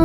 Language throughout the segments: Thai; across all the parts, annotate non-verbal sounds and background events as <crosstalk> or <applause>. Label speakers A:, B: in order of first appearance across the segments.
A: ง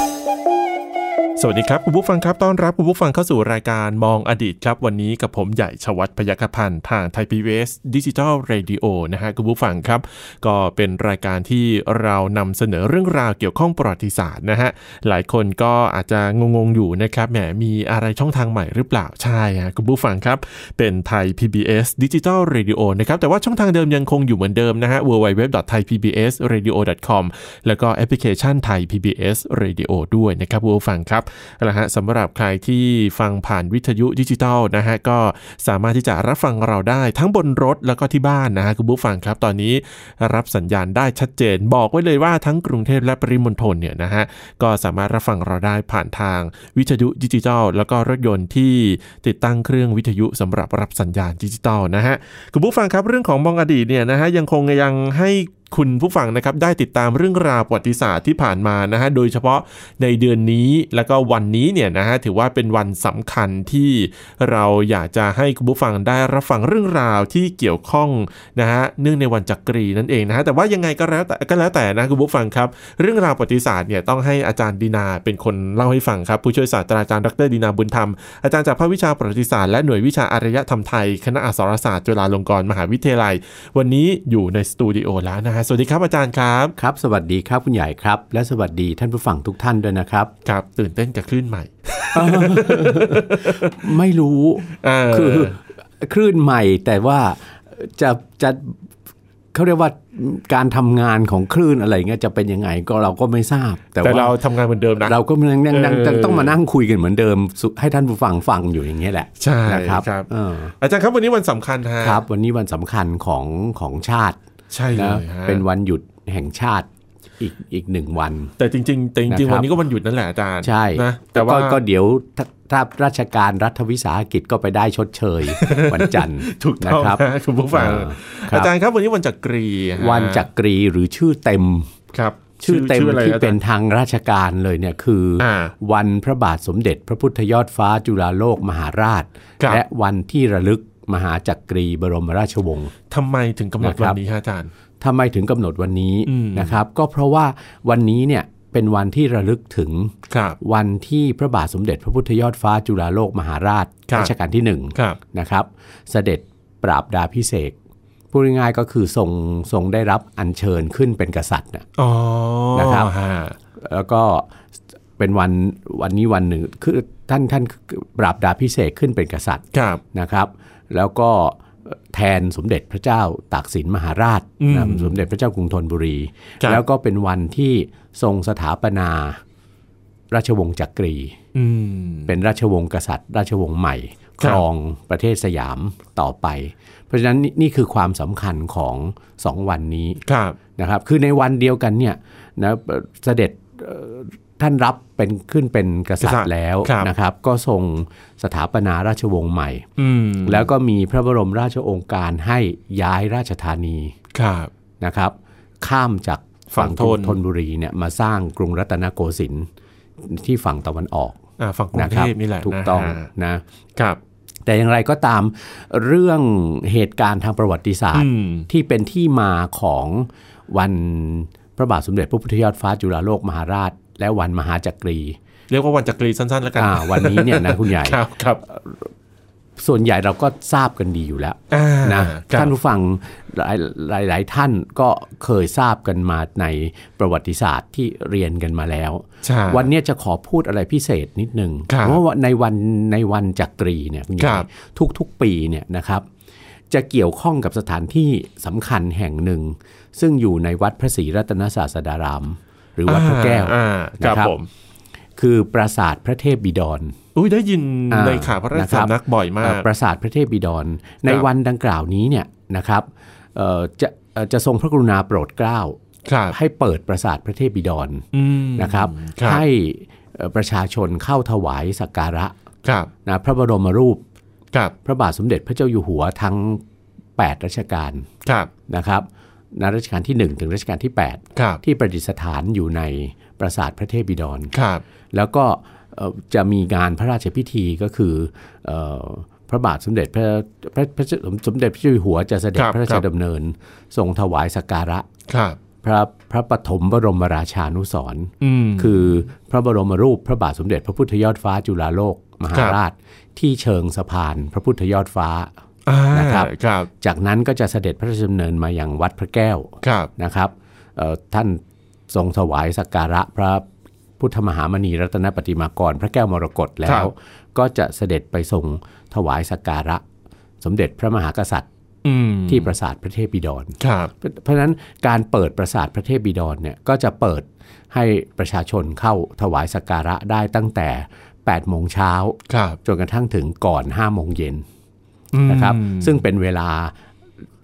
B: สวัสดีครับคุณผู้ฟังครับต้อนรับคุณผู้ฟังเข้าสู่รายการมองอดีตครับ วันนี้กับผมใหญ่ชวัฒน์พยัคฆพันธ์ทางไทยพีบีเอสดิจิทัลเรดิโอนะฮะคุณผู้ฟังครับ ก็เป็นรายการที่เรานำเสนอเรื่องราวเกี่ยวข้องประวัติศาสตร์นะฮะหลายคนก็อาจจะงงๆอยู่นะครับแหมมีอะไรช่องทางใหม่หรือเปล่าใช่ฮะคุณผู้ฟังครับ เป็นไทย PBS ดิจิทัล Radio นะครับแต่ว่าช่องทางเดิมยังคงอยู่เหมือนเดิมนะฮะ www.thaipbsradio.com แล้วก็แอปพลิเคชันไทย PBS Radio ด้วยนะครับคุณผู้ฟังครับเอาละฮะสำหรับใครที่ฟังผ่านวิทยุดิจิทัลนะฮะก็สามารถที่จะรับฟังเราได้ทั้งบนรถแล้วก็ที่บ้านนะฮะคุณผู้ฟังครับตอนนี้รับสัญญาณได้ชัดเจน บอกไว้เลยว่าทั้งกรุงเทพและปริมณฑลเนี่ยนะฮะก็สามารถรับฟังเราได้ผ่านทางวิทยุดิจิทัล แล้วก็รถยนต์ที่ติดตั้งเครื่องวิทยุสำหรับรับสัญญาณดิจิทัลนะฮะคุณผู้ฟังครับเรื่องของมองอดีตเนี่ยนะฮะยังคงยังให้ คุณผู้ฟังนะครับได้ติดตามเรื่องราวประวัติศาสตร์ที่ผ่านมานะฮะโดยเฉพาะในเดือนนี้แล้วก็วันนี้เนี่ยนะฮะถือว่าเป็นวันสำคัญที่เราอยากจะให้คุณผู้ฟังได้รับฟังเรื่องราวที่เกี่ยวข้องนะฮะเนื่องในวันจักรีนั่นเองนะฮะแต่ว่ายังไงก็แล้วแต่ก็แล้วแต่นะคุณผู้ฟังครับ เรื่องราวประวัติศาสตร์เนี่ยต้องให้อาจารย์ดีนาเป็นคนเล่าให้ฟังครับผู้ช่วยศาสตราจารย์ดรดีนาบุญธรรมอาจารย์จากภาควิชาประวัติศาสตร์และหน่วยวิชาอารยธรรมไทยคณะอักษรศาสตร์จุฬาลงกรณ์มหาวิทยาลัย วันนี้อยู่ในสตูดิโอแล้วนะฮะ สวัสดีครับอาจารย์ครับ
C: ครับสวัสดีครับคุณใหญ่ครับ และสวัสดีท่านผู้ฟังทุกท่านด้วยนะครับ
B: ครับ ตื่นเต้นกับคลื่นใหม่
C: ไม่รู้
B: เออ
C: คือคลื่นใหม่ แต่ว่าจะจะเขาเรียกว่าการทำงานของคลื่นอะไรเงี้ยจะเป็นยังไงก็เราก็ไม่ทราบ แต่
B: แต่
C: ว่า
B: เราทำงานเหมือนเดิมนะ
C: เราก็ยังยังยัง
B: เออ
C: ต้องมานั่งคุยกันเหมือนเดิมสุให้ท่านผู้ฟังฟังอยู่อย่างเงี้ยแหละ
B: ใช่
C: นะครับ
B: ครับ
C: เออ
B: อาจารย์ครับวันนี้วันสำคัญฮะ
C: ครับ วันนี้วันสำคัญของของชาติ
B: ใช่เล
C: นะ
B: ยฮะ
C: เป็นวันหยุดแห่งชาติอีกอีกหนึ่งวัน
B: แต่จริงๆแต่จริง
C: นะ
B: ๆ
C: ครับ
B: วันนี้ก็วันหยุดนั่นแหละอาจารย์
C: ใช่
B: นะแต่ว่า
C: ก็ก็เดี๋ยวถ้าถ้าราชการรัฐวิสาหกิจก็ไปได้ชดเช
B: <laughs>
C: ย วันจันทร์
B: ถูก
C: นะ
B: ต้อง
C: ครับ
B: นะคุณผู้ฟัง
C: เออครับ
B: อาจารย์ครับวันนี้วันจักรีฮะ
C: วันจักรีหรือชื่อเต็ม
B: ครับ
C: ชื่อเต็ม
B: อะไร
C: ที่
B: อาจารย์
C: เป็นทางราชการเลยเนี่ยคืออา วันพระบาทสมเด็จพระพุทธยอดฟ้าจุฬาโลกมหาราช
B: ครับ
C: และวันที่ระลึกมหาจักรีบรมราชวงศ์
B: ทำไมถึงกำหนด
C: นะค
B: วั
C: รั
B: น
C: บ
B: นี้ฮะอาจารย์
C: ทำไมถึงกำหนดวันนี้
B: อืม
C: นะครับ ก็เพราะว่าวันนี้เนี่ยเป็นวันที่ระลึกถึง
B: ครับ
C: วันที่พระบาทสมเด็จพระพุทธยอดฟ้าจุฬาโลกมหาราช
B: ครับ
C: รัชกาลที่หนึ่ง
B: ครับ
C: นะครับเสด็จปราบดาพิเศษกพูดง่ายๆก็คือทรงทรงได้รับอัญเชิญขึ้นเป็นกษัตริย์นะ
B: อ๋อ
C: นะครับ
B: ฮะ
C: แล้วก็เป็นวันวันนี้วันหนึ่งคือท่านท่านปราบดาพิเศษกขึ้นเป็นกษัตริย์
B: ครับ
C: นะครับ แล้วก็แทนสมเด็จพระเจ้าตากสินมหาราช
B: อืม
C: นะสมเด็จพระเจ้ากรุงธนบุรี
B: ครับ
C: แล้วก็เป็นวันที่ทรงสถาปนา ราชวงศ์จักรี
B: อืม
C: เป็นราชวงศ์กษัตริย์ ราชวงศ์ใหม่
B: ค
C: ครับ รองประเทศสยามต่อไป เพราะฉะนั้นนี่นี่คือความสำคัญของสองวันนี้
B: ครับ
C: นะครับ คือในวันเดียวกันเนี่ยนะเอ่อเสด็จเอ่อท่านรับเป็นขึ้นเป็นกษัต
B: กษัตริย์
C: ริย์แล้ว
B: ครับ
C: นะครับ ก็ทรงสถาปนาราชวงศ์ใหม่
B: อืม
C: แล้วก็มีพระบรมราชโองการให้ย้ายราชธานี
B: ครับ
C: นะครับ ข้ามจากฝั่ง
B: ฝั่งธน
C: ธนบุรีเนี่ยมาสร้างกรุงรัตนโกสินทร์ที่ฝั่งตะวันออก
B: อ่าฝั่งกรุง
C: นะค
B: เท
C: รับ
B: พนี่แหละ
C: ถูก
B: นะ
C: ต้อง
B: ฮะ
C: นะครับ แต่อย่างไรก็ตามเรื่องเหตุการณ์ทางประวัติศาสต
B: อื
C: ร์
B: ม
C: ที่เป็นที่มาของวันพระบาทสมเด็จพระพุทธยอดฟ้าจุฬาโลกมหาราช และวันมหาจักรี
B: เรียกว่าวันจักรีสั้นๆ แล้วกัน
C: อ่าวันนี้เนี่ยนะคุณใหญ่
B: ครับครับ
C: ส่วนใหญ่เราก็ทราบกันดีอยู่แล้ว
B: อ่า
C: นะครับ ท่านผู้ฟังหลายหลายหลายท่านก็เคยทราบกันมาในประวัติศาสตร์ที่เรียนกันมาแล้ว
B: ใช่
C: วันเนี้ยจะขอพูดอะไรพิเศษนิดนึง
B: ครับ
C: เพราะว่าในวันในวันจักรีเนี่ยคุณย
B: ครับ
C: ทุกทุกๆปีเนี่ยนะครับ จะเกี่ยวข้องกับสถานที่สำคัญแห่งหนึ่ง ซึ่งอยู่ในวัดพระศรีรัตนศาสดาราม หรือวัดพระแก้ว
B: อ่าค
C: นะครั
B: รับบ ผม
C: คือปราสาทพระเทพบิดร
B: อุ้ยได้ยิน
C: อ่า
B: ในข่าวพระราช
C: นะครับ
B: สำนักบ่อยมา
C: เอ่
B: ก
C: อปราสาทพระเทพบิดร ใน
B: ครับ
C: วันดังกล่าวนี้เนี่ยนะครับเอ่อจะเอ่อจะทรงพระกรุณาโปรดเกล้า
B: ครับ
C: ให้เปิดปราสาทพระเทพบิดร
B: อืม
C: นะครับ
B: ครับ
C: ให้เอ่อประชาชนเข้าถวายสักการะ
B: ครับ
C: นะพระบรมรูป
B: ครับ
C: พระบาทสมเด็จพระเจ้าอยู่หัวทั้ง 8 รัชกาล
B: ครับ
C: นะครับ ณรัชกาลที่ 1 ถึงรัชกาลที่
B: ครับ
C: 8 ที่ประดิษฐานอยู่ในปราสาทพระเทพบิดร
B: ครับ
C: แล้วก็เอ่อจะมีงานพระราชพิธีก็คือเอ่อพระบาทสมเด็จพระพระพระสมเด็จพระเจ้าอยู่หัวจะเสด็จ
B: ครับ
C: พระรา
B: ค
C: ช
B: รับ
C: ดำเนินทรงถวายสักการะ
B: ครับ
C: พระพระปฐมบรมราชานุสรณ์
B: อืม
C: คือพระบรมรูปพระบาทสมเด็จพระพุทธยอดฟ้าจุฬาโลกมหาราช ที่เชิงสะพานพระพุทธยอดฟ้า
B: อ่า
C: นะครับ
B: ครับ
C: จากนั้นก็จะเสด็จพระราชดำเนินมาอย่างวัดพระแก้ว
B: ครับ
C: นะครับเอ่อท่านทรงถวายสักการะพระพุทธมหามณีรัตนปฏิมากร พระแก้วมรกตแล้
B: ครั
C: ว
B: บ
C: ก็จะเสด็จไปทรงถวายสักการะ สมเด็จพระมหากษัตริย์
B: อืม
C: ที่ปราสาทพระเทพบิดร
B: ครับ
C: เพราะฉะนั้นการเปิดปราสาทพระเทพบิดรเนี่ยก็จะเปิดให้ประชาชนเข้าถวายสักการะได้ตั้งแต่ 8 โมงเช้า
B: ครับ
C: จนกระทั่งถึงก่อน 5 โมงเย็น
B: อืม
C: นะครับ ซึ่งเป็นเวลา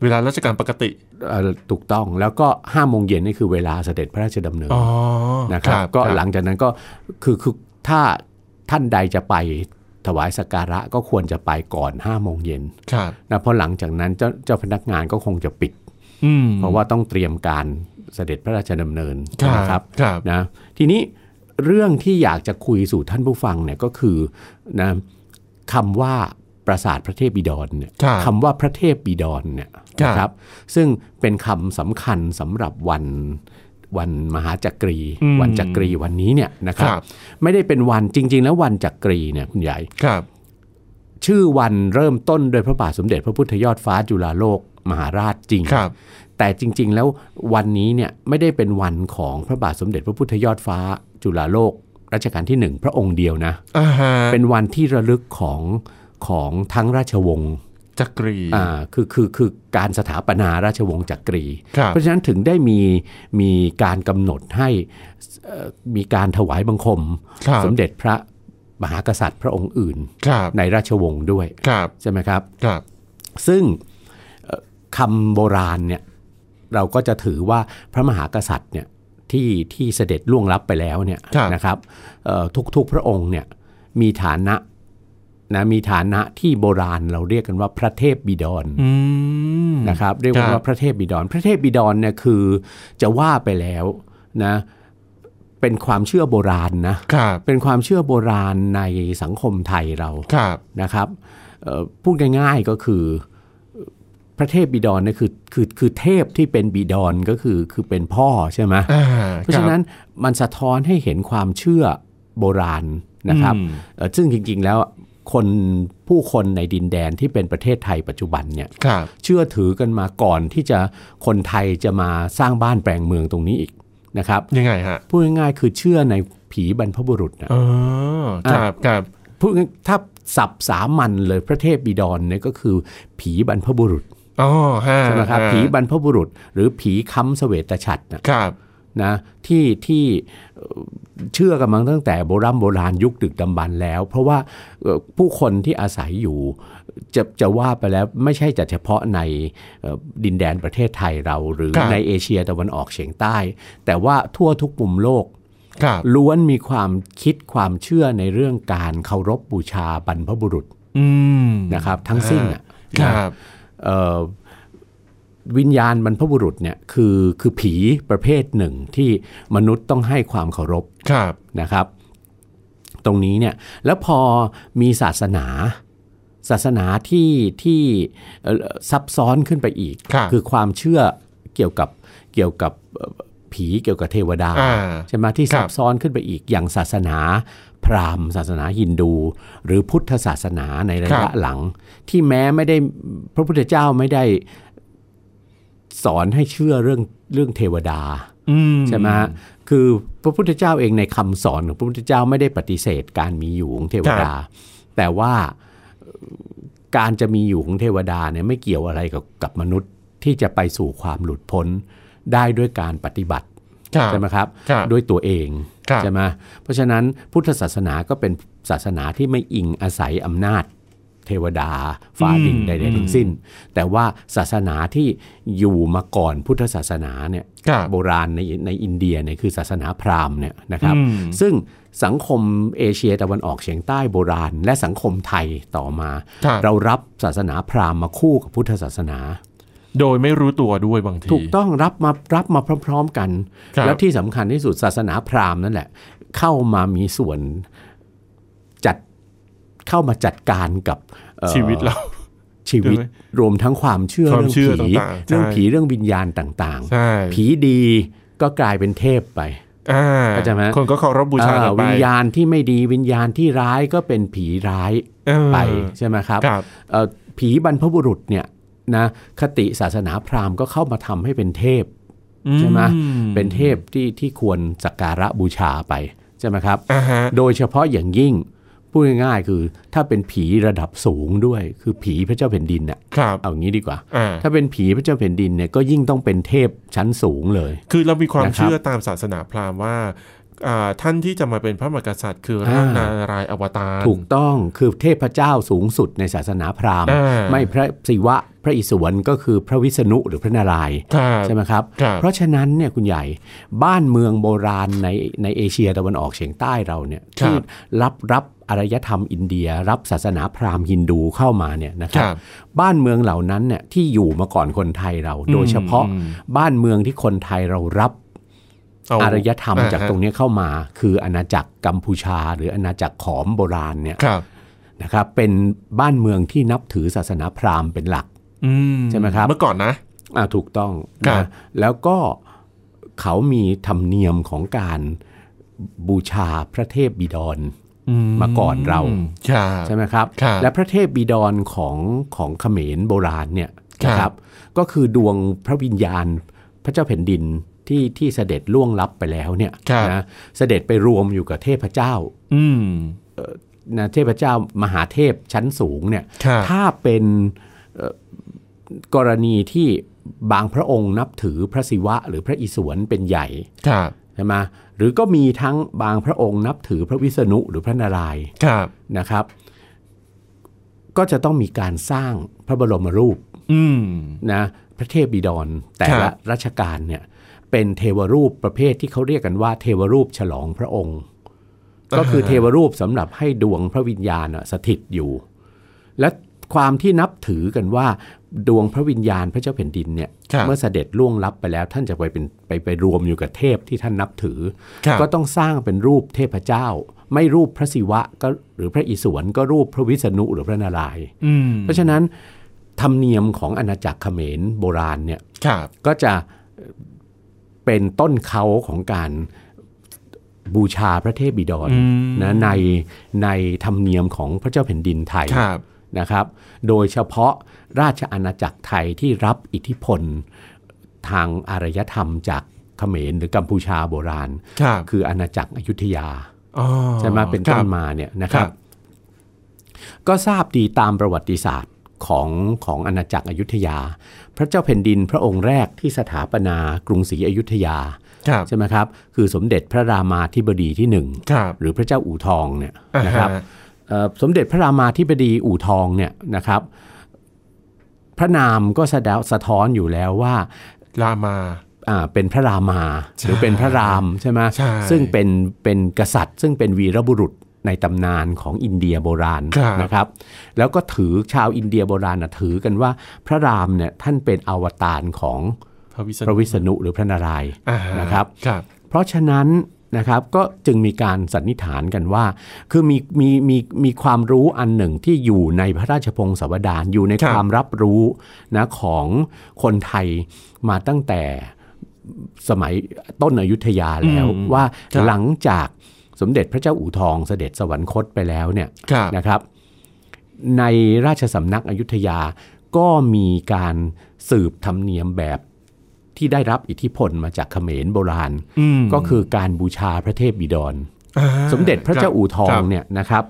B: เวลาราชการปกติ
C: เอ่อถูกต้องแล้วก็ 5 โมงเย็นนี่คือเวลาเสด็จพระราชดำเนิน
B: อ๋อ
C: นะครับ ก็หลังจากนั้นก็คือคือถ้าท่านใดจะไปถวายสักการะก็ควรจะไปก่อน 5 โมงเย็น
B: ครับ
C: นะเพราะหลังจากนั้นเจ้าเจ้าพนักงานก็คงจะปิด
B: อืม
C: เพราะว่าต้องเตรียมการเสด็จพระราชดำเนิน
B: ครับ
C: นะครับ
B: ครับ
C: นะทีนี้เรื่องที่อยากจะคุยสู่ท่านผู้ฟังเนี่ยก็คือนะคำว่าปราสาทพระเทพบิดรเนี่ย
B: ครับ
C: คำว่าพระเทพบิดรเนี่ย
B: ครับ
C: นะครับ ซึ่งเป็นคำสำคัญสำหรับวันวันมหาจักรี วันจักรีวันนี้เนี่ยนะค
B: ครับ รับ
C: ไม่ได้เป็นวันจริง ๆ แล้ววันจักรีเนี่ยคุณใหญ่
B: ครับ
C: ชื่อวันเริ่มต้นโดยพระบาทสมเด็จพระพุทธยอดฟ้าจุฬาโลกมหาราชจริง
B: ครับ
C: แต่จริง ๆ แล้ววันนี้เนี่ยไม่ได้เป็นวันของพระบาทสมเด็จพระพุทธยอดฟ้าจุฬาโลกรัชกาลที่หนึ่งพระองค์เดียวนะ
B: อ่าฮะ
C: เป็นวันที่ระลึกของของทั้งราชวงศ์
B: จักรี
C: อ่าคือคือคือการสถาปนาราชวงศ์จักรี
B: ครับ
C: เพราะฉะนั้นถึงได้มีมีการกำหนดให้เอ่อมีการถวายบังคม
B: ครับ
C: สมเด็จพระมหากษัตริย์พระองค์อื่น
B: ครับ
C: ในราชวงศ์ด้วย
B: ครับ
C: ใช่ไหมครับ
B: ครับ
C: ซึ่งเอ่อคำโบราณเนี่ยเราก็จะถือว่าพระมหากษัตริย์เนี่ยที่ที่เสด็จล่วงลับไปแล้วเนี่ย
B: ครับ
C: นะครับเอ่อทุกๆพระองค์เนี่ยมีฐานะนะมีฐานะที่โบราณเราเรียกกันว่าพระเทพบิดร
B: อืม
C: นะครับเรียก
B: ครับ
C: ว่าพระเทพบิดร พระเทพบิดรเนี่ยคือจะว่าไปแล้วนะเป็นความเชื่อโบราณนะครับ เป็นความเชื่อโบราณในสังคมไทยเรา
B: ครับ
C: นะครับเอ่อพูดง่ายๆก็คือพระเทพบิดรเนี่ยคือคือคือเทพที่เป็นบิดรก็คือคือเป็นพ่อใช่ไหม
B: อ่า
C: เพราะฉะนั้นมันสะท้อนให้เห็นความเชื่อโบราณนะครับ
B: อืม
C: เอ่อซึ่งจริงๆแล้วคนผู้คนในดินแดนที่เป็นประเทศไทยปัจจุบันเนี่ย
B: ครับ
C: เชื่อถือกันมาก่อนที่จะคนไทยจะมาสร้างบ้านแปลงเมืองตรงนี้อีกนะครับ
B: ยังไงฮะ
C: พูดง่ายๆคือเชื่อในผีบรรพบุรุษนะ
B: อ๋อครับครับ
C: พูดง่ายถ้าสับสามัญเลยพระเทพบิดรเนี่ยก็คือผีบรรพบุรุษ
B: อ๋อฮะ
C: ใช่ไหมครับ
B: ฮะ
C: ผีบรรพบุรุษ หรือผีค้ำเสวตฉัตรนะครับ นะที่ที่เอ่อเชื่อกันมาตั้งแต่โบราณโบราณยุคดึกดำบรรพ์แล้ว เพราะว่าเอ่อผู้คนที่อาศัยอยู่จะจะว่าไปแล้วไม่ใช่แต่เฉพาะในเอ่อดินแดนประเทศไทยเราหรือ
B: ครับ
C: ในเอเชียตะวันออกเฉียงใต้ แต่ว่าทั่วทุกมุมโลก
B: ครับ
C: ล้วนมีความคิดความเชื่อในเรื่องการเคารพบูชาบรรพบุรุษ
B: อืม
C: นะครับทั้งสิ้นน่ะ
B: ค
C: นะ
B: รับ
C: เอ่อวิญญาณบรรพบุรุษเนี่ยคือคือผีประเภทหนึ่งที่มนุษย์ต้องให้ความเคารพ
B: ครับ
C: นะครับ ตรงนี้เนี่ยแล้วพอมีศาสนา ศาสนาที่ที่เอ่อซับซ้อนขึ้นไปอีก
B: ครับ
C: คือความเชื่อเกี่ยวกับเกี่ยวกับเอ่อผีเกี่ยวกับเทวดา
B: อ่า
C: ใช่ไหมที่
B: ครั
C: ซั
B: บ
C: บซ้อนขึ้นไปอีกอย่างศาสนาพราหมณ์ ศาสนาฮินดู หรือพุทธศาสนาในระยะหลัง ที่แม้ไม่ได้พระพุทธเจ้าไม่ได้สอนให้เชื่อเรื่องเรื่องเทวดา
B: อืม
C: ใช่ไหมฮะคือพระพุทธเจ้าเองในคำสอนของพระพุทธเจ้าไม่ได้ปฏิเสธการมีอยู่ของเทวดา แต่ว่าเอ่อการจะมีอยู่ของเทวดาเนี่ยไม่เกี่ยวอะไรกับกับมนุษย์ที่จะไปสู่ความหลุดพ้นได้ด้วยการปฏิบัติ
B: ครับ
C: ใช่ไหมครับ
B: ครับ
C: ด้วยตัวเอง
B: ครับ
C: ใช่ไหมเพราะฉะนั้นพุทธศาสนาก็เป็นศาสนาที่ไม่อิงอาศัยอำนาจ เทวดาฟ้าดิน
B: อืม
C: ใด
B: อืม
C: ๆทั้งสิ้น แต่ว่าศาสนาที่อยู่มาก่อนพุทธศาสนาเนี่ย
B: ครับ
C: โบราณในในอินเดียเนี่ยคือศาสนาพราหมณ์เนี่ยนะครับ
B: อืม
C: ซึ่งสังคมเอเชียตะวันออกเฉียงใต้โบราณ และสังคมไทยต่อมา
B: ครับ
C: เรารับศาสนาพราหมณ์มาคู่กับพุทธศาสนา
B: โดยไม่รู้ตัวด้วยบางที
C: ถูกต้องรับมารับมาพร้อม ๆกัน
B: ครับ
C: แล้วที่สำคัญที่สุดศาสนาพราหมณ์นั่นแหละ เข้ามามีส่วนจัดเข้ามาจัดการกับเอ่อ
B: ชีวิตเรา
C: ชีวิต
B: ใช่ไหม
C: รวมทั้งความเชื่อ
B: ความ
C: เรื่อง
B: เชื่อ
C: ผี
B: ต่างๆ
C: เรื่อง
B: ใช่
C: ผีเรื่องวิญญาณต่าง
B: ใช่
C: ๆ ผีดีก็กลายเป็นเทพไป
B: อ่า
C: เข้าใจไหม
B: คนก็เคารพบูชา
C: เอ่
B: กัน
C: อ
B: ไป
C: วิญญาณที่ไม่ดีวิญญาณที่ร้ายก็เป็นผีร้าย
B: เออ
C: ไปใช่ไหมครับ
B: ครับ
C: เอ่อผีบรรพบุรุษเนี่ยนะคติศาสนาพราหมณ์ก็เข้ามาทำให้เป็นเทพ ใช่ไหม
B: อื
C: เป็นเทพที่ที่ควรสักการะบูชาไปใช่ไหมครับ
B: อ่าฮะ
C: โดยเฉพาะอย่างยิ่งพูดง่ายๆคือถ้าเป็นผีระดับสูงด้วย คือผีพระเจ้าแผ่นดินน่ะ
B: ครับ
C: เอางี้ดีกว่า
B: อ่า
C: ถ้าเป็นผีพระเจ้าแผ่นดินเนี่ยก็ยิ่งต้องเป็นเทพชั้นสูงเลย
B: คือเรามีความ
C: นะครับ
B: เชื่อตามศาสนาพราหมณ์ว่าอ่าท่านที่จะมาเป็นพระมหากษัตริย์คืออา ร่างนารายณ์อวตาร
C: ถูกต้องคือเทพเจ้าสูงสุดในศาสนาพราหมณ์
B: อ่า
C: ไม่พระศิวะพระอิศวรก็คือพระวิษณุหรือพระนารายณ์
B: ครับ
C: ใช่ไหมครับ
B: ครับ
C: เพราะฉะนั้นเนี่ยคุณใหญ่บ้านเมืองโบราณในในเอเชียตะวันออกเฉียงใต้เราเนี่ยที่รับรับอารยธรรมอินเดีย รับศาสนาพราหมณ์ฮินดูเข้ามาเนี่ยนะค
B: ครับ รับ
C: บ้านเมืองเหล่านั้นเนี่ยที่อยู่มาก่อนคนไทยเรา
B: อืม
C: โดยเฉพาะ
B: อืม
C: บ้านเมืองที่คนไทยเรารับ
B: เา
C: อารยธรรม
B: อ่
C: จากตรงเนี้ยเข้ามา คืออาณาจักรกัมพูชา หรืออาณาจักรขอมโบราณเนี่ย
B: ครับ
C: นะครับเป็นบ้านเมืองที่นับถือศาสนาพราหมณ์เป็นหลัก
B: อื
C: ใช่ไหมครับ
B: เมื่อก่อนนะ
C: อ่าถูกต้อง
B: ครั
C: นะ
B: บ
C: แล้วก็เขามีธรรมเนียมของการบูชาพระเทพบิดร มาก่อนเรา
B: ใช่
C: ใช่ไหมครับ
B: ครับ
C: และพระเทพบิดรของของเขมรโบราณเนี่ยนะค
B: ครั
C: รับ บ ก็คือดวงพระวิญญาณพระเจ้าแผ่นดินที่ที่เสด็จล่วงลับไปแล้วเนี่ยนะเสด็จไปรวมอยู่กับเทพเจ้า
B: อืม
C: นะเทพเจ้ามหาเทพชั้นสูงเนี่ย
B: ครับ
C: ถ้าเป็นเอ่อกรณีที่บางพระองค์นับถือพระศิวะหรือพระอิศวรเป็นใหญ่
B: ครับ
C: ใช่ไหมหรือก็มีทั้งบางพระองค์นับถือพระวิษณุหรือพระนารายณ์
B: ครับ
C: นะครับ ก็จะต้องมีการสร้างพระบรมรูป
B: อืม
C: นะพระเทพบิดรแต่
B: ครั
C: ละ
B: บ
C: รัชกาลเนี่ยเป็นเทวรูปประเภทที่เขาเรียกกันว่า เทวรูปฉลองพระองค์ ก็คือเทวรูปสำหรับให้ดวงพระวิญญาณน่ะสถิตอยู่ และความที่นับถือกันว่า ดวงพระวิญญาณพระเจ้าแผ่นดินเนี่ย
B: ครับ
C: เมื่อเสด็จล่วงลับไปแล้ว ท่านจะไปเป็นไปไปรวมอยู่กับเทพที่ท่านนับถือ
B: ครับ
C: ก็ต้องสร้างเป็นรูปเทพเจ้า ไม่รูปพระศิวะก็หรือพระอิศวรก็รูปพระวิษณุหรือพระนารายณ์
B: อืม
C: เพราะฉะนั้นธรรมเนียมของอาณาจักรเขมรโบราณเนี่ย
B: ครับ
C: ก็จะเป็นต้นเขาของการบูชาพระเทพบิดร
B: อืม
C: นะในในธรรมเนียมของพระเจ้าแผ่นดินไทย
B: ครับ
C: นะครับ โดยเฉพาะราชอาณาจักรไทยที่รับอิทธิพลทางอารยธรรมจากเขมรหรือกัมพูชาโบราณ
B: ครับ
C: คืออาณาจักรอยุธยา
B: อ๋อ
C: ใช่ไหมเป็น
B: ครั
C: ต้น
B: บ
C: มาเนี่ยนะ
B: ค
C: ค
B: รั
C: รับ บ ก็ทราบดีตามประวัติศาสตร์ของของอาณาจักรอยุธยา พระเจ้าแผ่นดินพระองค์แรกที่สถาปนากรุงศรีอยุธยา
B: ครับ
C: ใช่ไหมครับ คือสมเด็จพระรามาธิบดีที่หนึ่ง
B: ครับ
C: หรือพระเจ้าอู่ทองเนี่ย
B: อ่าฮ
C: นะครับเอ่อสมเด็จพระรามาธิบดีอู่ทองเนี่ยนะครับ พระนามก็แสดงสะท้อนอยู่แล้วว่า
B: ลามา
C: อ่าเป็นพระรามา
B: ใช่
C: หรือเป็นพระรามใช่ไหม
B: ใช่
C: ซึ่งเป็นเป็นกษัตริย์ ซึ่งเป็นวีรบุรุษในตำนานของอินเดียโบราณนะครับ แล้วก็ถือชาวอินเดียโบราณนะถือกันว่าพระรามเนี่ยท่านเป็นอวตารของ
B: พระวิษ
C: พระ
B: ณุ
C: วิษณุหรือพระนารายณ์
B: อ่าฮ
C: นะครับ
B: ครับ
C: เพราะฉะนั้นนะครับก็จึงมีการสันนิษฐานกันว่า คือมีมีมีมีความรู้อันหนึ่งที่อยู่ในพระราชพงศาวดารอยู่ใน
B: ครั
C: ค
B: บ
C: วามรับรู้นะของคนไทยมาตั้งแต่สมัยต้นอยุธยาแล้ว ว่า
B: ครับ
C: หลังจากสมเด็จพระเจ้าอู่ทองเสด็จสวรรคตไปแล้วเนี่ย
B: ครับ
C: นะครับในราชสำนักอยุธยาก็มีการสืบธรรมเนียมแบบที่ได้รับอิทธิพลมาจากเขมรโบราณ
B: อืม
C: ก็คือการบูชาพระเทพบิดร
B: อ่า
C: สมเด็จพระเจ้าอู่ทอ
B: ค
C: ง
B: รับ
C: เนี่ยนะครับ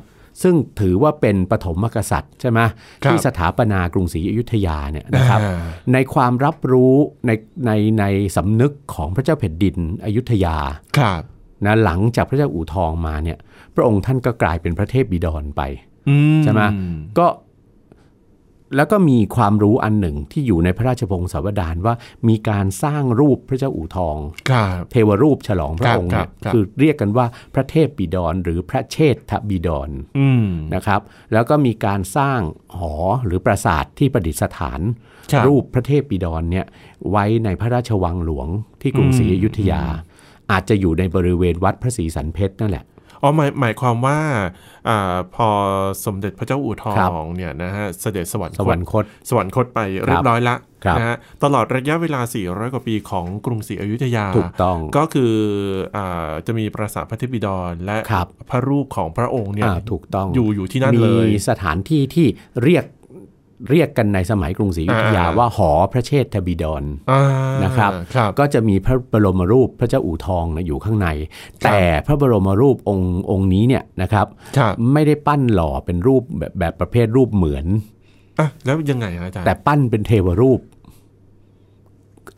C: ซึ่งถือว่าเป็นปฐมกษัตริย์ใช่ไหม
B: ครับ
C: ที่สถาปนากรุงศรีอยุธยาเนี่ยนะครับ
B: อ่า
C: ในความรับรู้ในในในสำนึกของพระเจ้าแผ่นดินอยุธยา
B: ครับ
C: นะหลังจากพระเจ้าอู่ทองมาเนี่ยพระองค์ท่านก็กลายเป็นพระเทพบิดรไป
B: อื
C: ใช่ไหม ก็ แล้วก็มีความรู้อันหนึ่งที่อยู่ในพระราชพงศาวดารว่ามีการสร้างรูปพระเจ้าอู่ทอง
B: ครับ
C: เทวรูปฉลองพระองค์เนี่ย
B: ครับครับ
C: คือเรียกกันว่าพระเทพบิดรหรือพระเชษฐบิดร
B: อืม
C: นะครับแล้วก็มีการสร้างหอหรือปราสาทที่ประดิษฐาน
B: ครับ
C: รูปพระเทพบิดรเนี่ยไว้ในพระราชวังหลวงที่กรุงศรีอยุธยา อาจจะอยู่ในบริเวณวัดพระศรีสันเพชรนั่นแหละ
B: อ๋อหมายหมายความว่าอาพอสมเด็จพระเจ้าอู่ทอ
C: ครับ
B: งเนี่ยนะฮะเสด็จสวรร
C: สวรรคต
B: สวรรคตไปเรียบร้อยละ
C: ครับ
B: นะฮะตลอดระยะเวลา 400 กว่าปีของกรุงศรีอยุธยา
C: ถูกต้อง
B: ก็คืออาจะมีปราสาทพระเทพบิดรและ
C: ครับ
B: พระรูปของพระองค์เนี่ย
C: อ่าถูกต้อง
B: อยู่อยู่ที่นั่น
C: มี
B: เลย
C: สถานที่ที่เรียกเรียกกันในสมัยกรุงศรีอยุธยา
B: อ่า
C: ว่าหอพระเชษฐบิดร
B: อ่า
C: นะครับ
B: ครับ
C: ก็จะมีพระบรมรูปพระเจ้าอู่ทองนะอยู่ข้างใน แต่พระบรมรูปองค์องค์นี้เนี่ยนะครับ
B: ครับ
C: ไม่ได้ปั้นหล่อเป็นรูปแบบแบบประเภทรูปเหมือน
B: อ่ะแล้วยังไงฮะอาจารย์
C: แต่ปั้นเป็นเทวรูป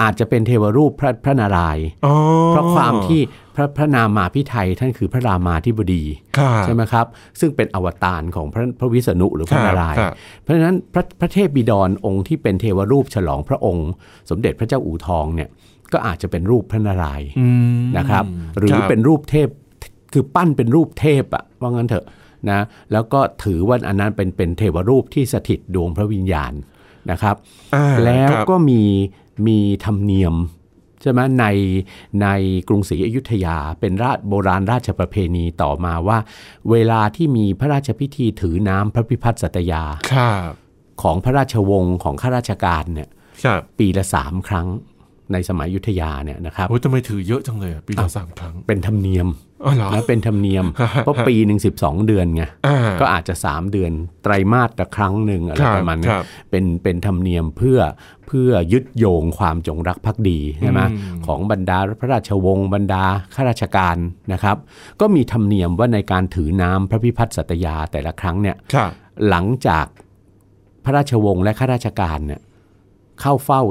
C: อาจจะเป็นเทวรูปพระพระนารายณ์
B: อ๋อ
C: เพราะความที่พระพระนามาพิไทยท่านคือพระรามาธิบดี
B: ครับ
C: ใช่ไหมครับ ซึ่งเป็นอวตารของพระพระวิษณุหรือพระนารายณ์
B: คบ
C: เพราะฉะนั้นพระพระเทพบิดรองค์ที่เป็นเทวรูปฉลองพระองค์ สมเด็จพระเจ้าอู่ทองเนี่ยก็อาจจะเป็นรูปพระนารายณ์
B: อืม
C: นะครับ หรือ
B: คบ
C: เป็นรูปเทพคือปั้นเป็นรูปเทพอะว่างั้นเถอะนะแล้วก็ถือว่าอันนั้นเป็นเป็นเทวรูปที่สถิตดวงพระวิญญาณนะครับ
B: อ่า
C: แล้ว
B: ครับ
C: ก็มีมีธรรมเนียมใช่ไหมในในกรุงศรีอยุธยาเป็นราชโบราณราชประเพณีต่อมาว่า เวลาที่มีพระราชพิธีถือน้ำพระพิพัฒน์สัตยา
B: ครับ
C: ของพระราชวงศ์ของข้าราชการเนี่ย
B: ครับ
C: ปีละสามครั้งในสมัยอยุทธยาเนี่ยนะครับ
B: โอ้ยทำไมถือเยอะจังเลยอะปีละสามครั้ง
C: เป็นธรรมเนียม
B: อ๋อเหรอ
C: นะเป็นธรรมเนี
B: <laughs>
C: ยม เพราะปีหนึ่งสิบสองเดือนไง
B: อ่า
C: ก็อาจจะ 3 เดือนไตรมาสละครั้งหนึ่งอะไร
B: ครับ
C: ประมาณนี้
B: ครับ
C: เป็นเป็นธรรมเนียมเพื่อเพื่อยึดโยงความจงรักภักดีใช่ไหม
B: อืม
C: ของบรรดาพระราชวงศ์บรรดาข้าราชการนะครับ ก็มีธรรมเนียมว่าในการถือน้ำพระพิพัฒน์สัตยาแต่ละครั้งเนี่ย
B: ครับ
C: หลังจากพระราชวงศ์และข้าราชการเนี่ยเข้าเฝ้า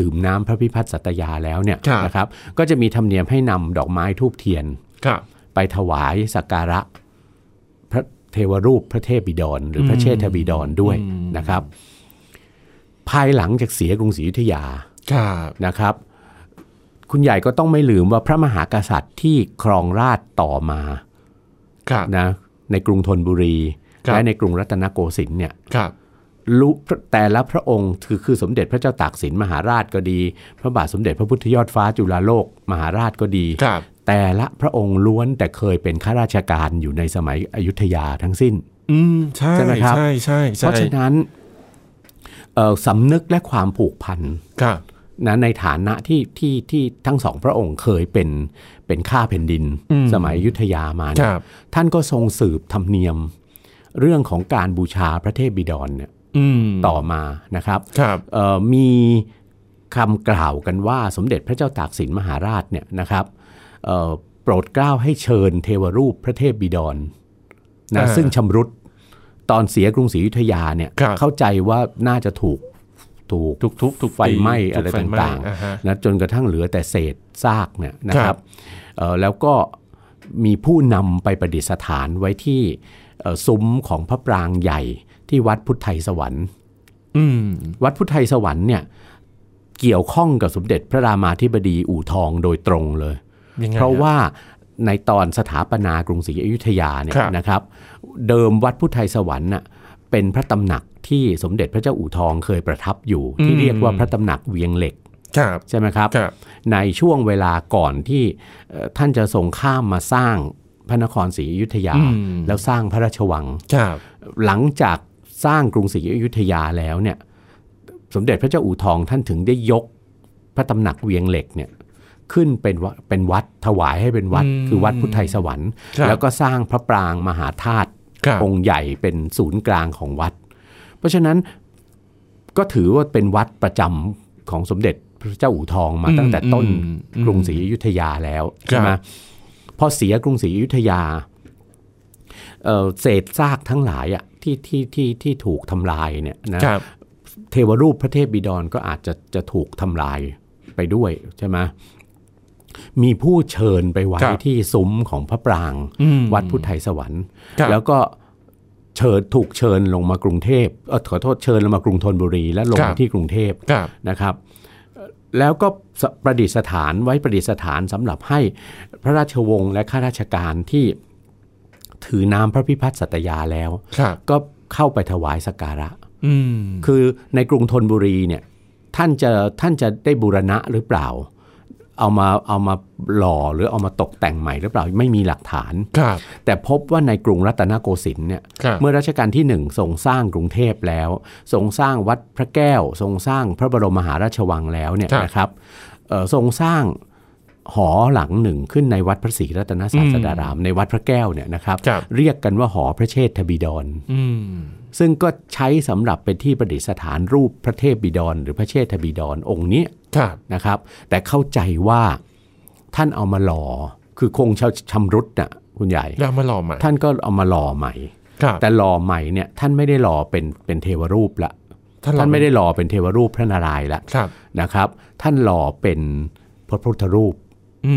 C: ดื่มน้ำพระพิพัฒน์สัตยาแล้วเนี่ยนะครับ ก็จะมีธรรมเนียมให้นำดอกไม้ทูบเทียน
B: ครับ
C: ไปถวายสักการะ พระเทวรูปพระเทพบิดร หรือพระเชษฐบิดรด้วย
B: อืม
C: นะครับ ภายหลังจากเสียกรุงศรีอยุธยา
B: ครับ
C: นะครับ คุณใหญ่ก็ต้องไม่ลืมว่าพระมหากษัตริย์ที่ครองราชย์ต่อมา
B: ครับ
C: นะในกรุงธนบุรี
B: ครับ
C: และในกรุงรัตนโกสินทร์เนี่ย
B: ครับ
C: รู้แต่ละพระองค์คือคือสมเด็จพระเจ้าตากสินมหาราชก็ดี พระบาทสมเด็จพระพุทธยอดฟ้าจุฬาโลกมหาราชก็ดี
B: ครับ
C: แต่ละพระองค์ล้วนแต่เคยเป็นข้าราชการอยู่ในสมัยอยุธยาทั้งสิ้น
B: อืมใช่
C: ใช่ไหมครับ
B: ใช่ใช่ใช่
C: เพราะฉะนั้นเอ่อสำนึกและความผูกพัน
B: ครับ
C: นะในฐานะที่ที่ที่ทั้งสองพระองค์เคยเป็นเป็นข้าแผ่นดิน สมัยอยุธยามา
B: ค
C: เนี่ย
B: รับ
C: ท่านก็ทรงสืบธรรมเนียม เรื่องของการบูชาพระเทพบิดรเนี่ย
B: อืม
C: ต่อมานะครับ
B: ครับ
C: เอ่อมีคำกล่าวกันว่าสมเด็จพระเจ้าตากสินมหาราชเนี่ยนะครับเอ่อโปรดเกล้าให้เชิญเทวรูปพระเทพบิดรนะ
B: า
C: ซึ่งชำรุดตอนเสียกรุงศรีอยุธยาเนี่ย
B: ครับ
C: เข้าใจว่าน่าจะถูกถูก
B: ทุกทุกทุก
C: ไฟไหม้
B: ปี
C: อะไร
B: ทุกฟหม้
C: ต่าง
B: อ่ฮะ
C: ๆนะจนกระทั่งเหลือแต่เศษซากเนี่ยนะ
B: ค
C: ค
B: รั
C: รับบ เอ่อแล้วก็มีผู้นำไปประดิษฐานไว้ที่เอ่อซุ้มของพระปรางใหญ่ที่วัดพุทธไทยสวรรค์
B: อืม
C: วัดพุทธไทยสวรรค์เนี่ยเกี่ยวข้องกับสมเด็จพระรามาธิบดีอู่ทองโดยตรงเลย
B: ยังไง
C: เพราะ
B: อ
C: ว่าในตอนสถาปนากรุงศรีอยุธยาเนี่ย
B: ครับ
C: นะครับ เดิมวัดพุทธไทยสวรรค์น่ะเป็นพระตำหนักที่สมเด็จพระเจ้าอู่ทองเคยประทับอยู่ ที่เรียกว่าพระตำหนักเวียงเหล็ก
B: ครับ
C: ใช่ไหมครับ
B: ครับ
C: ในช่วงเวลาก่อนที่เอ่อท่านจะส่งข้ามมาสร้างพระนครศรีอยุธยา แล้วสร้างพระราชวัง
B: ครับ
C: หลังจากสร้างกรุงศรีอยุธยาแล้วเนี่ยสมเด็จพระเจ้าอู่ทองท่านถึงได้ยกพระตำหนักเวียงเหล็กเนี่ยขึ้นเป็นวัดเป็นวัดถวายให้เป็นวัด คือวัดพุทธไทยสวรรค์
B: ครับ
C: แล้วก็สร้างพระปรางมหาธาตุ
B: ครับ
C: องค์ใหญ่เป็นศูนย์กลางของวัด เพราะฉะนั้นก็ถือว่าเป็นวัดประจำของสมเด็จพระเจ้าอู่ทองมาตั้งแต่ต้น
B: อืมอืม
C: กรุงศรีอยุธยาแล้วใช่ไห
B: ค
C: ม
B: รับ
C: พอเสียกรุงศรีอยุธยาเอ่อเศษซากทั้งหลายอะที่ที่ที่ที่ถูกทำลายเนี่ยนะครับเทวรูปพระเทพบิดรก็อาจจะจะถูกทำลายไปด้วยใช่ไหมมีผู้เชิญไปไว้ที่ซุ้มของพระปราง
B: อืม
C: วัดพุทธไทยสวรรค์
B: ครับ
C: แล้วก็ เชิญถูกเชิญลงมากรุงเทพเอ่อขอโทษเชิญลงมากรุงธนบุรี และลง
B: ครั
C: มา
B: บ
C: ที่กรุงเทพ
B: ครับ
C: นะครับเอ่อแล้วก็สประดิษฐานไว้ประดิษฐานสำหรับให้พระราชวงศ์และข้าราชการที่ถือน้ำพระพิพัฒน์สัตยาแล้ว
B: ครับ
C: ก็เข้าไปถวายสักการะ
B: อืม
C: คือในกรุงธนบุรีเนี่ยท่านจะท่านจะได้บูรณะหรือเปล่า เอามาเอามาหล่อหรือเอามาตกแต่งใหม่หรือเปล่าไม่มีหลักฐาน
B: ครับ
C: แต่พบว่าในกรุงรัตนโกสินทร์เนี่ย
B: ครับ
C: เมื่อรัชกาลที่ 1 ทรงสร้างกรุงเทพแล้ว ทรงสร้างวัดพระแก้ว ทรงสร้างพระบรมมหาราชวังแล้วเนี่ย
B: ครับ
C: นะครับเอ่อทรงสร้างหอหลังหนึ่งขึ้นในวัดพระศรีรัตนศาสดาราม ในวัดพระแก้วเนี่ยนะครับ
B: ครับ
C: เรียกกันว่าหอพระเชษฐบิดร
B: อืม
C: ซึ่งก็ใช้สำหรับเป็นที่ประดิษฐานรูปพระเทพบิดร หรือพระเชษฐบิดรองค์เนี้ย
B: ครับ
C: นะครับแต่เข้าใจว่าท่านเอามาหล่อคือคงชำชำรุดน่ะคุณใหญ่
B: แล้วมาหล่อใหม่
C: ท่านก็เอามาหล่อใหม่
B: ครับ
C: แต่หล่อใหม่เนี่ยท่านไม่ได้หล่อเป็นเป็นเทวรูปละ
B: หล่อ
C: ท่านไม่ได้หล่อเป็นเทวรูปพระนารายณ์ละ
B: ครับ
C: นะครับ ท่านหล่อเป็นพระพุทธรูป
B: อื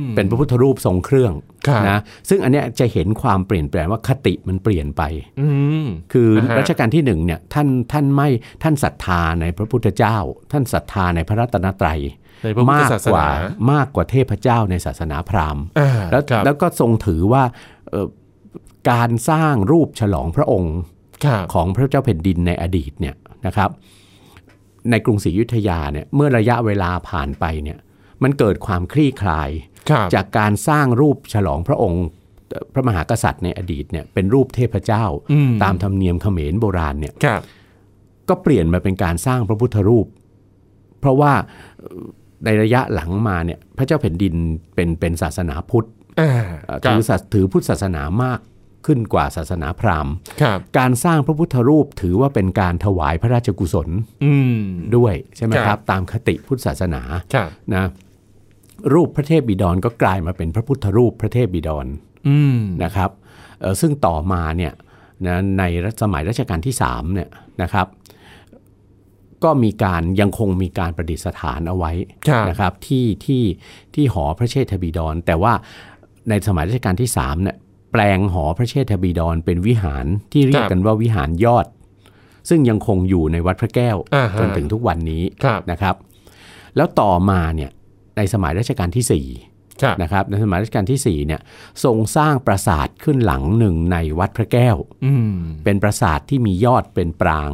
B: ม
C: เป็นพระพุทธรูปทรงเครื่อง
B: ครับ
C: นะซึ่งอันเนี้ยจะเห็นความเปลี่ยนแปลงว่าคติมันเปลี่ยนไป
B: อืม
C: คืออา
B: ฮะ
C: รัชกาลที่หนึ่งเนี่ยท่านท่านไม่ท่านศรัทธาในพระพุทธเจ้า ท่านศรัทธาในพระรัตนตรัย
B: ในพระพุทธ
C: มาก
B: ศาส
C: กว่า
B: นา
C: มากกว่าเทพเจ้าในศาสนาพราหมณ์
B: อ่า
C: แล้ว
B: ครับ
C: แล้วก็ทรงถือว่าเอ่อการสร้างรูปฉลองพระองค์
B: ครับ
C: ของพระเจ้าแผ่นดินในอดีตเนี่ยนะครับ ในกรุงศรีอยุธยาเนี่ยเมื่อระยะเวลาผ่านไปเนี่ยมันเกิดความคลี่คลาย
B: ครับ
C: จากการสร้างรูปฉลองพระองค์เอ่อพระมหากษัตริย์ในอดีตเนี่ยเป็นรูปเทพเจ้า
B: อืม
C: ตามธรรมเนียมเขมรโบราณเนี่ย
B: ครับ
C: ก็เปลี่ยนมาเป็นการสร้างพระพุทธรูป เพราะว่าเอ่อในระยะหลังมาเนี่ยพระเจ้าแผ่นดินเป็นเป็นศาสนาพุทธ
B: อ่า
C: เอ่อ
B: ครั
C: ถื
B: บ
C: อศาสถือพุทธศาสนามากขึ้นกว่าศาสนาพราหมณ์
B: ครับ
C: การสร้างพระพุทธรูปถือว่าเป็นการถวายพระราชกุศล
B: อืม
C: ด้วยใช่ไหม
B: ค
C: ค
B: รั
C: รับ บ ตามคติพุทธศาสนา
B: ครับ
C: นะรูปพระเทพบิดรก็กลายมาเป็นพระพุทธรูปพระเทพบิดร
B: อืม
C: นะครับเอ่อซึ่งต่อมาเนี่ยนะในรัชสมัยรัชกาลที่3เนี่ยนะครับ ก็มีการยังคงมีการประดิษฐานเอาไว้
B: ครับ
C: นะครับที่ที่ที่หอพระเชษฐบิดร แต่ว่าในสมัยรัชกาลที่3เนี่ยแปลงหอพระเชษฐบิดรเป็นวิหารที่เรียกกันว่าวิหารยอด ซึ่งยังคงอยู่ในวัดพระแก้ว
B: อ่าฮะ
C: จนถึงทุกวันนี้
B: ครับ
C: นะครับ แล้วต่อมาเนี่ยในสมัยรัชกาลที่สี่
B: ครับ
C: นะครับในสมัยรัชกาลที่ 4 เนี่ยทรงสร้างปราสาทขึ้นหลังหนึ่งในวัดพระแก้ว
B: อืม
C: เป็นปราสาทที่มียอดเป็นปราง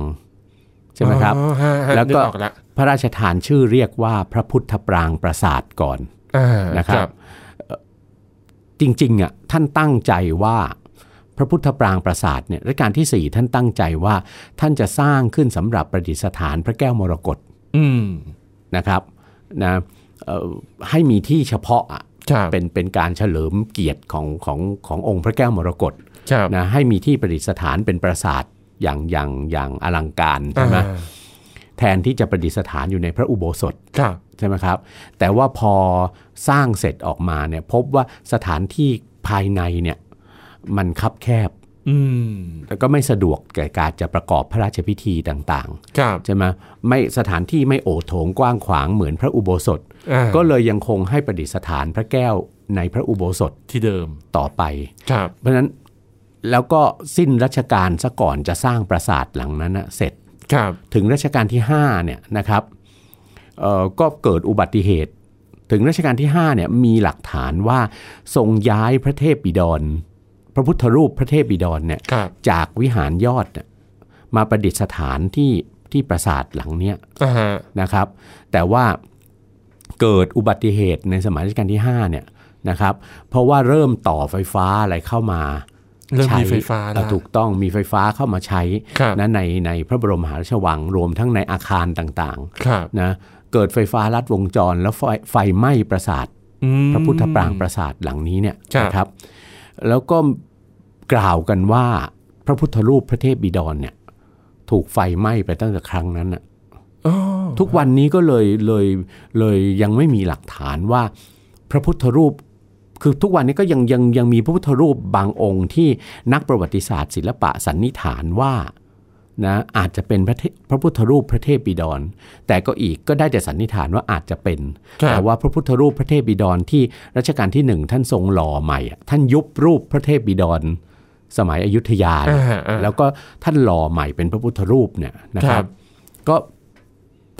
C: ใช่ไหมครับ
B: อ๋อฮะฮะ
C: แล้วก็
B: นึออละ
C: พระราชทานชื่อเรียกว่าพระพุทธปรางปราสาทก่อน
B: อ่า
C: นะครั
B: ครับ
C: เอ่อจริงๆอ่ะท่านตั้งใจว่าพระพุทธปรางปราสาทเนี่ยรัชกาลทีสี่ 4 ท่านตั้งใจว่าท่านจะสร้างขึ้นสำหรับประดิษฐานพระแก้วมรกต
B: อืม
C: นะครับนะเอ่อให้มีที่เฉพาะอะ
B: ครับ
C: เป็นเป็นการเฉลิมเกียรติของของขององค์พระแก้วมรกต
B: ครับ
C: นะให้มีที่ประดิษฐานเป็นปราสาทอย่างอย่างอย่างอลังการใช่ไหม
B: อ่า
C: แทนที่จะประดิษฐานอยู่ในพระอุโบสถ
B: ครับ
C: ใช่ไหมครับ แต่ว่าพอสร้างเสร็จออกมาเนี่ยพบว่าสถานที่ภายในเนี่ยมันคับแคบ
B: อืม
C: แล้วก็ไม่สะดวกแก่การจะประกอบพระราชพิธีต่าง
B: ครับ
C: ๆใช่ไหมไม่สถานที่ไม่โอโถงกว้างขวางเหมือนพระอุโบสถ
B: อ่า
C: ก็เลยยังคงให้ประดิษฐานพระแก้วในพระอุโบสถ
B: ที่เดิม
C: ต่อไป
B: ครับ
C: เพราะฉะนั้นแล้วก็สิ้นรัชกาลซะก่อนจะสร้างปราสาทหลังนั้นนะเสร็จ
B: ครับ
C: ถึงรัชกาลที่5เนี่ยนะครับเอ่อก็เกิดอุบัติเหตุ ถึงรัชกาลที่5เนี่ยมีหลักฐานว่าทรงย้ายพระเทพบิดร พระพุทธรูปพระเทพบิดรเนี่ย
B: ครับ
C: จากวิหารยอดเนี่ยมาประดิษฐานที่ที่ปราสาทหลังเนี้ย
B: อ่าฮะ
C: นะครับแต่ว่าเกิดอุบัติเหตุในสมัยรัชกาลที่5เนี่ยนะครับเพราะว่าเริ่มต่อไฟฟ้าอะไรเข้ามา
B: เริ่ม
C: ใช้
B: มีไฟฟ้าแล้
C: เอ่
B: ว
C: อถูกต้องมีไฟฟ้าเข้ามาใช้
B: ครับ
C: นะในในพระบรมมหาราชวังรวมทั้งในอาคารต่าง
B: ครับ
C: ๆนะเกิดไฟฟ้าลัดวงจรแล้วไฟไฟไหม้ปราสาท
B: อืม
C: พระพุทธปรางปราสาทหลังนี้เนี่ย
B: ครับ
C: นะครับ แล้วก็กล่าวกันว่าพระพุทธรูปพระเทพบิดรเนี่ยถูกไฟไหม้ไปตั้งแต่ครั้งนั้นน่ะ
B: อ๋อ
C: ทุกวันนี้ก็เลยเลยเลยยังไม่มีหลักฐานว่าพระพุทธรูป คือทุกวันนี้ก็ยังยังยังมีพระพุทธรูปบางองค์ที่นักประวัติศาสตร์ ศิลปะสันนิษฐานว่านะอาจจะเป็นพระเทพระพุทธรูปพระเทพบิดร แต่ก็อีกก็ได้แต่สันนิษฐานว่าอาจจะเป็น
B: ครับ
C: แต่ว่าพระพุทธรูปพระเทพบิดรที่รัชกาลที่หนึ่งท่านทรงหล่อใหม่อะท่านยุบรูปพระเทพบิดร สมัยอยุธยาเนี่ย
B: อ่าอ่า
C: แล้วก็ท่านหล่อใหม่เป็นพระพุทธรูปเนี่ยนะครับ ก็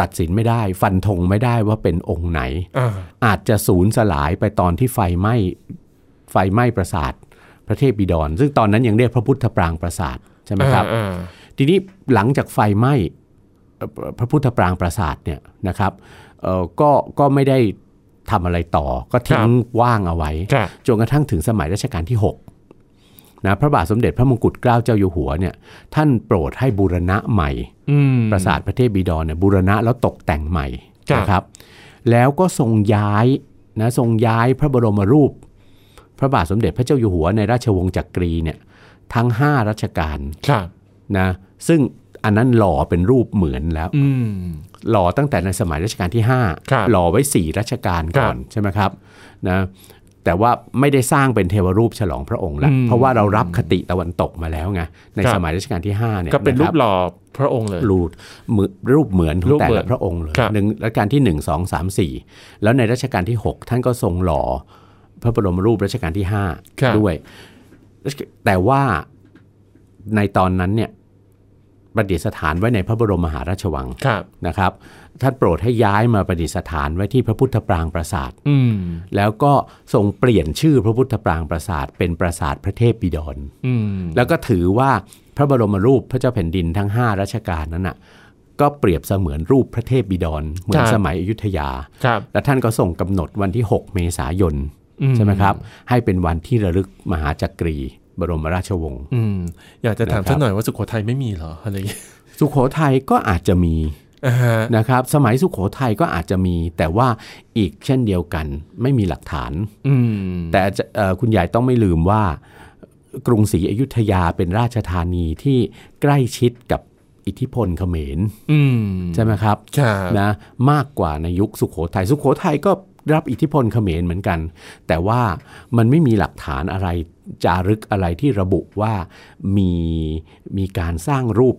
C: ตัดสินไม่ได้ ฟันธงไม่ได้ว่าเป็นองค์ไหน
B: อ่า
C: อาจจะสูญสลายไปตอนที่ไฟไหม้ไฟไหม้ปราสาทพระเทพบิดร ซึ่งตอนนั้นยังเรียกพระพุทธปรางปราสาทใช่ไหมครับ
B: อ่า
C: ทีนี้หลังจากไฟไหม้เอ่อพระพุทธปรางปราสาทเนี่ยนะครับเอ่อก็ก็ไม่ได้ทำอะไรต่อ ก็ทิ้งว่างเอาไว้
B: ครับ
C: จนกระทั่งถึงสมัยรัชกาลที่6นะพระบาทสมเด็จพระมงกุฎเกล้าเจ้าอยู่หัวเนี่ยท่านโปรดให้บูรณะใหม่
B: อืม
C: ปราสาทพระเทพบิดรเนี่ยบูรณะแล้วตกแต่งใหม่
B: ครับ
C: นะครับ แล้วก็ทรงย้ายนะทรงย้ายพระบรมรูป พระบาทสมเด็จพระเจ้าอยู่หัวในราชวงศ์จักรีเนี่ยทั้ง 5 รัชกาล
B: ครับ
C: นะซึ่งอันนั้นหล่อเป็นรูปเหมือนแล้ว
B: อืม
C: หล่อตั้งแต่ในสมัยรัชกาลที่
B: ครับ
C: 5 หล่อไว้ 4 รัชกาลก่อนใช่ไหมครับนะแต่ว่าไม่ได้สร้างเป็นเทวรูปฉลองพระองค์แล้ว
B: อืม
C: เพราะว่าเรารับคติตะวันตกมาแล้วไงใน
B: ครับ
C: สมัยรัชกาลที่5เนี่ย
B: ก็เป็นรู
C: ะค
B: ป
C: บ
B: หล่อพระองค์เลย
C: รูปเหมือน
B: รู
C: รูปเหมือนของ
B: ป
C: แต่
B: เหมือ
C: ละ
B: น
C: พระองค์เลย
B: ครับ
C: หนึ่งรัชกาลที่ 1 2 3 4 แล้วในรัชกาลที่ 6 ท่านก็ทรงหล่อพระบรมรูปรัชกาลที่
B: ครับ
C: 5 ด้วย แต่ว่าในตอนนั้นเนี่ยประดิษฐานไว้ในพระบรมมหาราชวัง
B: ครับ
C: นะครับท่านโปรดให้ย้ายมาประดิษฐานไว้ที่พระพุทธปรางปราสาท
B: อืม
C: แล้วก็ทรงเปลี่ยนชื่อพระพุทธปรางปราสาท เป็นปราสาทพระเทพบิดร
B: อืม
C: แล้วก็ถือว่าพระบรมรูปพระเจ้าแผ่นดินทั้ง 5 รัชกาลนั้นน่ะก็เปรียบเสมือนรูปพระเทพบิดร เหมือน
B: ครับ
C: สมัยอยุธยา
B: ครับ
C: และท่านก็ส่งกำหนดวันที่ 6 เมษายน
B: อืม
C: ใช่ไหมครับ ให้เป็นวันที่ระลึกมหาจักรี บรมราชวงศ์
B: อืม อยากจะถาม
C: นะครับ
B: ท่านหน่อยว่าสุโขทัยไม่มีเหรออะไรอย่างเงี้ย
C: สุโขทัยก็อาจจะมี
B: อ่าฮะ
C: นะครับ สมัยสุโขทัยก็อาจจะมี แต่ว่าอีกเช่นเดียวกันไม่มีหลักฐาน
B: อืม
C: แต่อาจจะเอ่อคุณใหญ่ต้องไม่ลืมว่ากรุงศรีอยุธยาเป็นราชธานีที่ใกล้ชิดกับอิทธิพลเขมร
B: อืม
C: ใช่ไหมครับ
B: ครับ
C: นะมากกว่าในยุคสุโขทัยสุโขทัยก็รับอิทธิพลเขมรเหมือนกัน แต่ว่ามันไม่มีหลักฐานอะไรจารึกอะไรที่ระบุว่ามีมีการสร้างรูป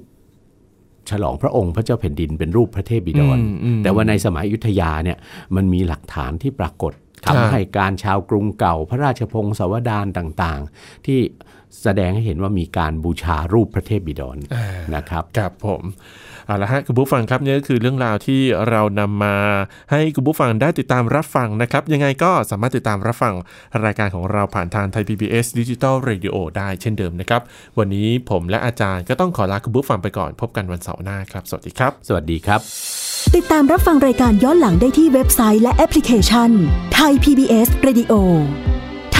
C: ฉลองพระองค์พระเจ้าแผ่นดินเป็นรูปพระเทพบิดร
B: อืมอืม
C: แต่ว่าในสมัยอยุธยาเนี่ยมันมีหลักฐานที่ปรากฏ
B: ครับ
C: คำให้การชาวกรุงเก่า พระราชพงศาวดารต่างๆ ที่แสดงให้เห็นว่ามีการบูชารูปพระเทพบิดรนะครับ
B: ครับผมเอาละฮะคุณผู้ฟังครับนี่ก็คือเรื่องราวที่เรานำมาให้คุณผู้ฟังได้ติดตามรับฟังนะครับ ยังไงก็สามารถติดตามรับฟังรายการของเราผ่านทางไทย PBS Digital Radio ได้เช่นเดิมนะครับ วันนี้ผมและอาจารย์ก็ต้องขอลาคุณผู้ฟังไปก่อนพบกันวันเสาร์หน้าครับ สวัสดีครับ
C: สวัสดีครับ
D: ติดตามรับฟังรายการย้อนหลังได้ที่เว็บไซต์และแอปพลิเคชันไทย PBS Radio ไท